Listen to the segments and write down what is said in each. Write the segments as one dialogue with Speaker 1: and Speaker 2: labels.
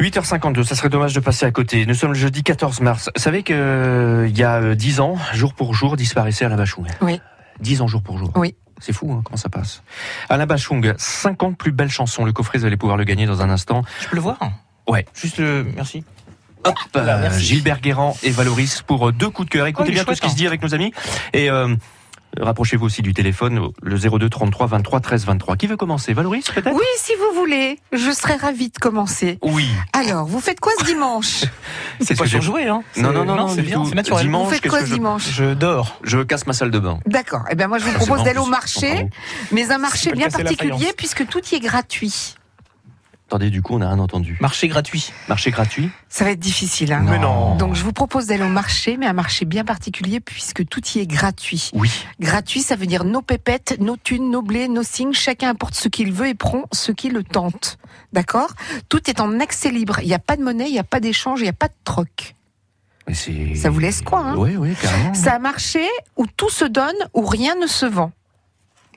Speaker 1: 8h52, ça serait dommage de passer à côté. Nous sommes le jeudi 14 mars. Vous savez qu'il y a 10 ans, jour pour jour, disparaissait Alain Bachung.
Speaker 2: Oui.
Speaker 1: 10 ans jour pour jour.
Speaker 2: Oui.
Speaker 1: C'est fou, hein, comment ça passe. Alain Bachung, 50 plus belles chansons. Le coffret, vous allez pouvoir le gagner dans un instant.
Speaker 3: Je peux le voir
Speaker 1: Ouais.
Speaker 3: Juste le... Merci.
Speaker 1: Hop,
Speaker 3: Voilà,
Speaker 1: euh,
Speaker 3: Ah, merci.
Speaker 1: Gilbert Guérand et Valoris pour euh, deux coups de cœur. Écoutez
Speaker 3: Oh, il
Speaker 1: bien
Speaker 3: est
Speaker 1: tout ce
Speaker 3: chouette,
Speaker 1: qui se dit avec nos amis. Et euh, rapprochez-vous aussi du téléphone, le 02 33 23 13 23. Qui veut commencer Valoris, peut-être
Speaker 2: Oui, si vous voulez, je serais ravie de commencer.
Speaker 1: Oui,
Speaker 2: Alors, vous faites quoi ce dimanche
Speaker 1: c'est
Speaker 3: C'est
Speaker 1: ce
Speaker 3: pas
Speaker 1: que j'ai-
Speaker 3: surjoué, hein
Speaker 1: Non, non, non, non,
Speaker 3: c'est
Speaker 1: du
Speaker 3: bien,
Speaker 1: tout.
Speaker 3: c'est naturel.
Speaker 2: Vous
Speaker 1: Dimanche,
Speaker 2: faites
Speaker 1: qu'est-ce
Speaker 2: quoi
Speaker 1: que je...
Speaker 2: dimanche
Speaker 3: Je dors.
Speaker 1: je casse ma salle de bain.
Speaker 2: D'accord. Eh bien, moi, je vous
Speaker 1: Ah, c'est
Speaker 2: propose
Speaker 1: marrant,
Speaker 2: d'aller au
Speaker 1: plus.
Speaker 2: marché,
Speaker 1: Enfin,
Speaker 2: mais un marché
Speaker 3: peut
Speaker 2: bien
Speaker 3: casser la
Speaker 2: particulier
Speaker 3: faïence.
Speaker 2: puisque tout y est gratuit.
Speaker 1: Attendez, du coup, on a rien entendu.
Speaker 3: Marché gratuit.
Speaker 1: Marché gratuit
Speaker 2: Ça va être difficile. Hein
Speaker 3: Ah. Mais non.
Speaker 2: Donc, je vous propose d'aller au marché, mais un marché bien particulier puisque tout y est gratuit.
Speaker 1: Oui.
Speaker 2: Gratuit, ça veut dire nos pépettes, nos thunes, nos blés, nos signes. Chacun apporte ce qu'il veut et prend ce qui le tente. D'accord Tout est en accès libre. Il n'y a pas de monnaie, il n'y a pas d'échange, il n'y a pas de troc.
Speaker 1: Mais c'est-
Speaker 2: Ça vous laisse quoi, hein
Speaker 1: Oui, oui, carrément.
Speaker 2: C'est un marché où tout se donne, où rien ne se vend.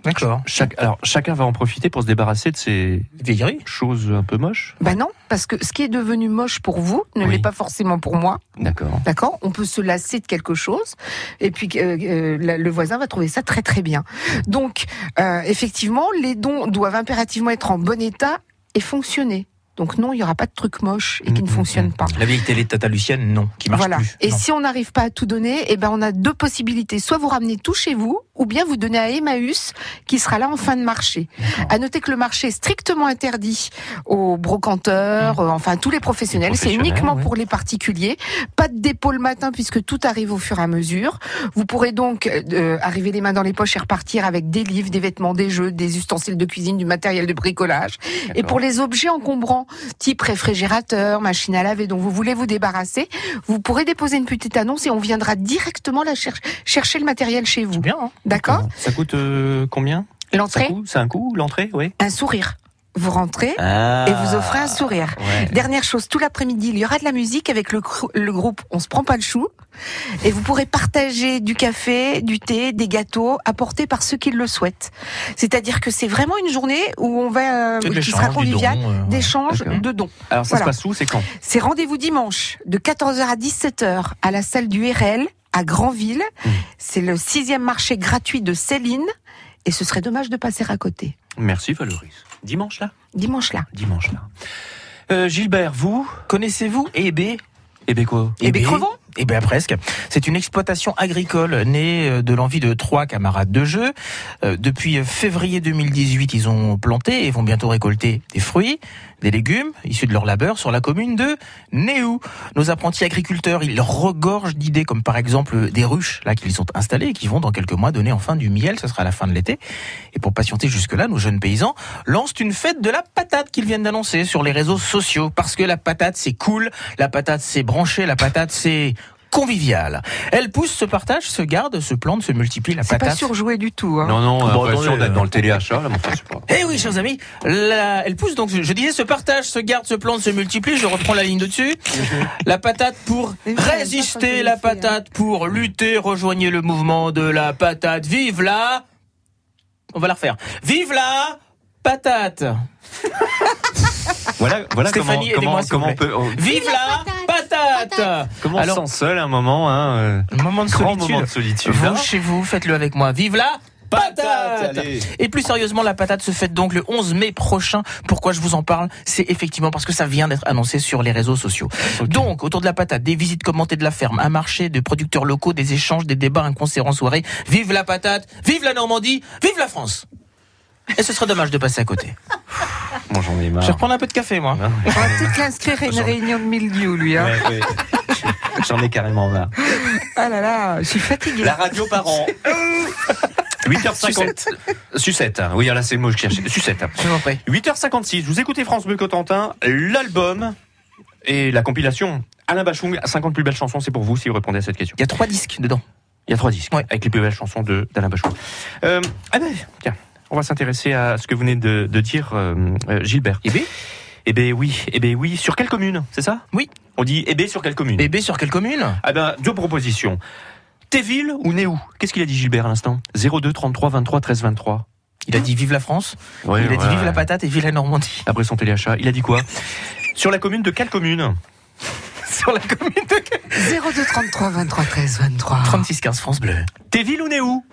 Speaker 3: D'accord.
Speaker 1: Chaque- Alors, chacun va en profiter pour se débarrasser de ces
Speaker 3: Déliré.
Speaker 1: choses un peu moches.
Speaker 2: Ben non, parce que ce qui est devenu moche pour vous ne
Speaker 1: Oui.
Speaker 2: l'est pas forcément pour moi.
Speaker 1: D'accord.
Speaker 2: D'accord On peut se lasser de quelque chose et puis euh, euh, la- le voisin va trouver ça très très bien. Donc, euh, effectivement, les dons doivent impérativement être en bon état et fonctionner. Donc non, il n'y aura pas de truc moche et qui
Speaker 1: Mm,
Speaker 2: ne
Speaker 1: mm,
Speaker 2: fonctionne
Speaker 1: mm.
Speaker 2: pas.
Speaker 3: La vieille télé de Tata Lucienne, non, qui marche
Speaker 2: Voilà.
Speaker 3: plus.
Speaker 2: Et
Speaker 3: Non.
Speaker 2: si on n'arrive pas à tout donner, eh ben on a deux possibilités. Soit vous ramenez tout chez vous, ou bien vous donnez à Emmaüs, qui sera là en fin de marché.
Speaker 1: D'accord.
Speaker 2: À noter que le marché est strictement interdit aux brocanteurs, euh, enfin tous les professionnels.
Speaker 1: Mmh. Les
Speaker 2: C'est
Speaker 1: professionnels,
Speaker 2: uniquement
Speaker 1: ouais.
Speaker 2: pour les particuliers. Pas de dépôt le matin puisque tout arrive au fur et à mesure. Vous pourrez donc euh, arriver les mains dans les poches et repartir avec des livres, des vêtements, des jeux, des ustensiles de cuisine, du matériel de bricolage. Et
Speaker 1: D'accord.
Speaker 2: pour les objets encombrants, type réfrigérateur, machine à laver, dont vous voulez vous débarrasser, vous pourrez déposer une petite annonce et on viendra directement la cher- chercher le matériel chez vous.
Speaker 3: C'est bien, hein
Speaker 2: D'accord
Speaker 1: Ça coûte euh, combien Ça
Speaker 2: L'entrée,
Speaker 1: coûte- C'est un coup, l'entrée, oui.
Speaker 2: un sourire. Vous rentrez
Speaker 3: hein.
Speaker 2: et vous offrez un sourire.
Speaker 3: Ah,
Speaker 1: Ouais.
Speaker 2: Dernière chose, tout l'après-midi, il y aura de la musique avec le, cr- le groupe On se prend pas le chou. Et vous pourrez partager du café, du thé, des gâteaux apportés par ceux qui le souhaitent. C'est-à-dire que c'est vraiment une journée où on va, euh,
Speaker 3: C'est de
Speaker 2: qui sera
Speaker 3: l'échange, du don,
Speaker 2: conviviale,
Speaker 3: euh,
Speaker 2: d'échanges,
Speaker 1: D'accord.
Speaker 2: de dons.
Speaker 1: Alors, ça
Speaker 2: Voilà.
Speaker 1: se passe où C'est quand
Speaker 2: C'est rendez-vous dimanche de 14h à 17h à la salle du RL à Granville.
Speaker 1: Mmh.
Speaker 2: C'est le sixième marché gratuit de Céline. Et ce serait dommage de passer à côté.
Speaker 1: Merci, Valoris. Dimanche, là
Speaker 2: Dimanche là.
Speaker 1: Dimanche, là. Euh, Gilbert, vous
Speaker 3: Connaissez-vous EB
Speaker 1: Eh bien, quoi
Speaker 2: Eh ben, crevons.
Speaker 3: Eh bien presque. C'est une exploitation agricole née euh, de l'envie de trois camarades de jeu. Euh, depuis février 2018, ils ont planté et vont bientôt récolter des fruits, des légumes issus de leur labeur sur la commune de Néou. Nos apprentis agriculteurs, ils regorgent d'idées comme par exemple des ruches là qu'ils ont installées et qui vont dans quelques mois donner enfin du miel. Ce sera à la fin de l'été. Et pour patienter jusque-là, nos jeunes paysans lancent une fête de la patate qu'ils viennent d'annoncer sur les réseaux sociaux. Parce que la patate, c'est cool, la patate, c'est branché, la patate, c'est convivial. Elle pousse, se partage, se garde, se plante, se multiplie, la
Speaker 2: C'est pas
Speaker 3: patate.
Speaker 2: surjoué du tout. Hein.
Speaker 1: Non, non,
Speaker 3: Bon,
Speaker 1: l'impression
Speaker 3: attendez,
Speaker 1: d'être
Speaker 3: euh,
Speaker 1: dans le téléachat, là, mais enfin, c'est pas.
Speaker 3: Eh oui, chers amis, la- elle pousse donc, je, je disais, se partage, se garde, se plante, se multiplie, je reprends la ligne de dessus. La patate pour
Speaker 2: Mais Mhm. oui, elle a pas
Speaker 3: résister, la
Speaker 2: fait, hein.
Speaker 3: patate pour lutter, rejoignez le mouvement de la patate. Vive la... On va la refaire. Vive la patate.
Speaker 1: Voilà, voilà comment,
Speaker 3: Stéphanie,
Speaker 1: comment,
Speaker 3: aidez-moi, s'il vous
Speaker 1: comment on peut. on-
Speaker 3: Vive la patate,
Speaker 1: Comment
Speaker 3: Alors-
Speaker 1: on se sent seul à un moment, hein euh,
Speaker 3: Moment de
Speaker 1: Grand
Speaker 3: solitude.
Speaker 1: moment de solitude.
Speaker 3: Vous,
Speaker 1: hein
Speaker 3: chez vous, faites-le avec moi. Vive la patate
Speaker 1: allez.
Speaker 3: Et plus sérieusement, la patate se fête donc le 11 mai prochain. Pourquoi je vous en parle C'est effectivement parce que ça vient d'être annoncé sur les réseaux sociaux. Donc, autour de la patate, des visites commentées de la ferme, un marché de producteurs locaux, des échanges, des débats, un concert en soirée. Vive la patate Vive la Normandie Vive la France Et ce serait dommage de passer à côté.
Speaker 1: Bon, j'en ai
Speaker 3: Je vais
Speaker 1: marre.
Speaker 3: reprendre un peu de café, moi.
Speaker 1: Hein
Speaker 2: On va peut-être l'inscrire à une
Speaker 1: J'en-
Speaker 2: réunion de milieu, lui. Hein.
Speaker 1: Ouais, ouais. J'en ai carrément marre.
Speaker 2: Ah là là, je suis fatiguée.
Speaker 1: La radio par an. 8h50. Sucette. hein. Oui, là, c'est le mot que je cherchais. Sucette. hein.
Speaker 3: Je vous en prie.
Speaker 1: 8h56, vous écoutez France Bleu Cotentin, l'album et la compilation. Alain Bachung, 50 plus belles chansons, c'est pour vous si vous répondez à cette question.
Speaker 3: Il y a trois disques dedans.
Speaker 1: Il y a trois disques
Speaker 3: Ouais.
Speaker 1: avec les plus belles chansons de- d'Alain Bachung. Euh, ah ben, tiens, on va s'intéresser à ce que vous venez de, de dire, euh, euh, Gilbert.
Speaker 3: Eh bien
Speaker 1: Eh ben oui, eh ben oui, sur quelle commune, c'est ça
Speaker 3: Oui.
Speaker 1: On dit eh ben sur quelle commune
Speaker 3: Bébé sur quelle commune
Speaker 1: Ah ben, deux propositions. Téville ou Néou Qu'est-ce qu'il a dit Gilbert à l'instant 02 33 23 13 23.
Speaker 3: Il a dit vive la France, il a dit vive la patate et vive la Normandie.
Speaker 1: Après son téléachat, il a dit quoi Sur la commune de quelle commune
Speaker 3: sur la commune de
Speaker 2: 02 33 23 13 23. Ah.
Speaker 3: 36 15 France Bleu.
Speaker 1: Téville ou Néou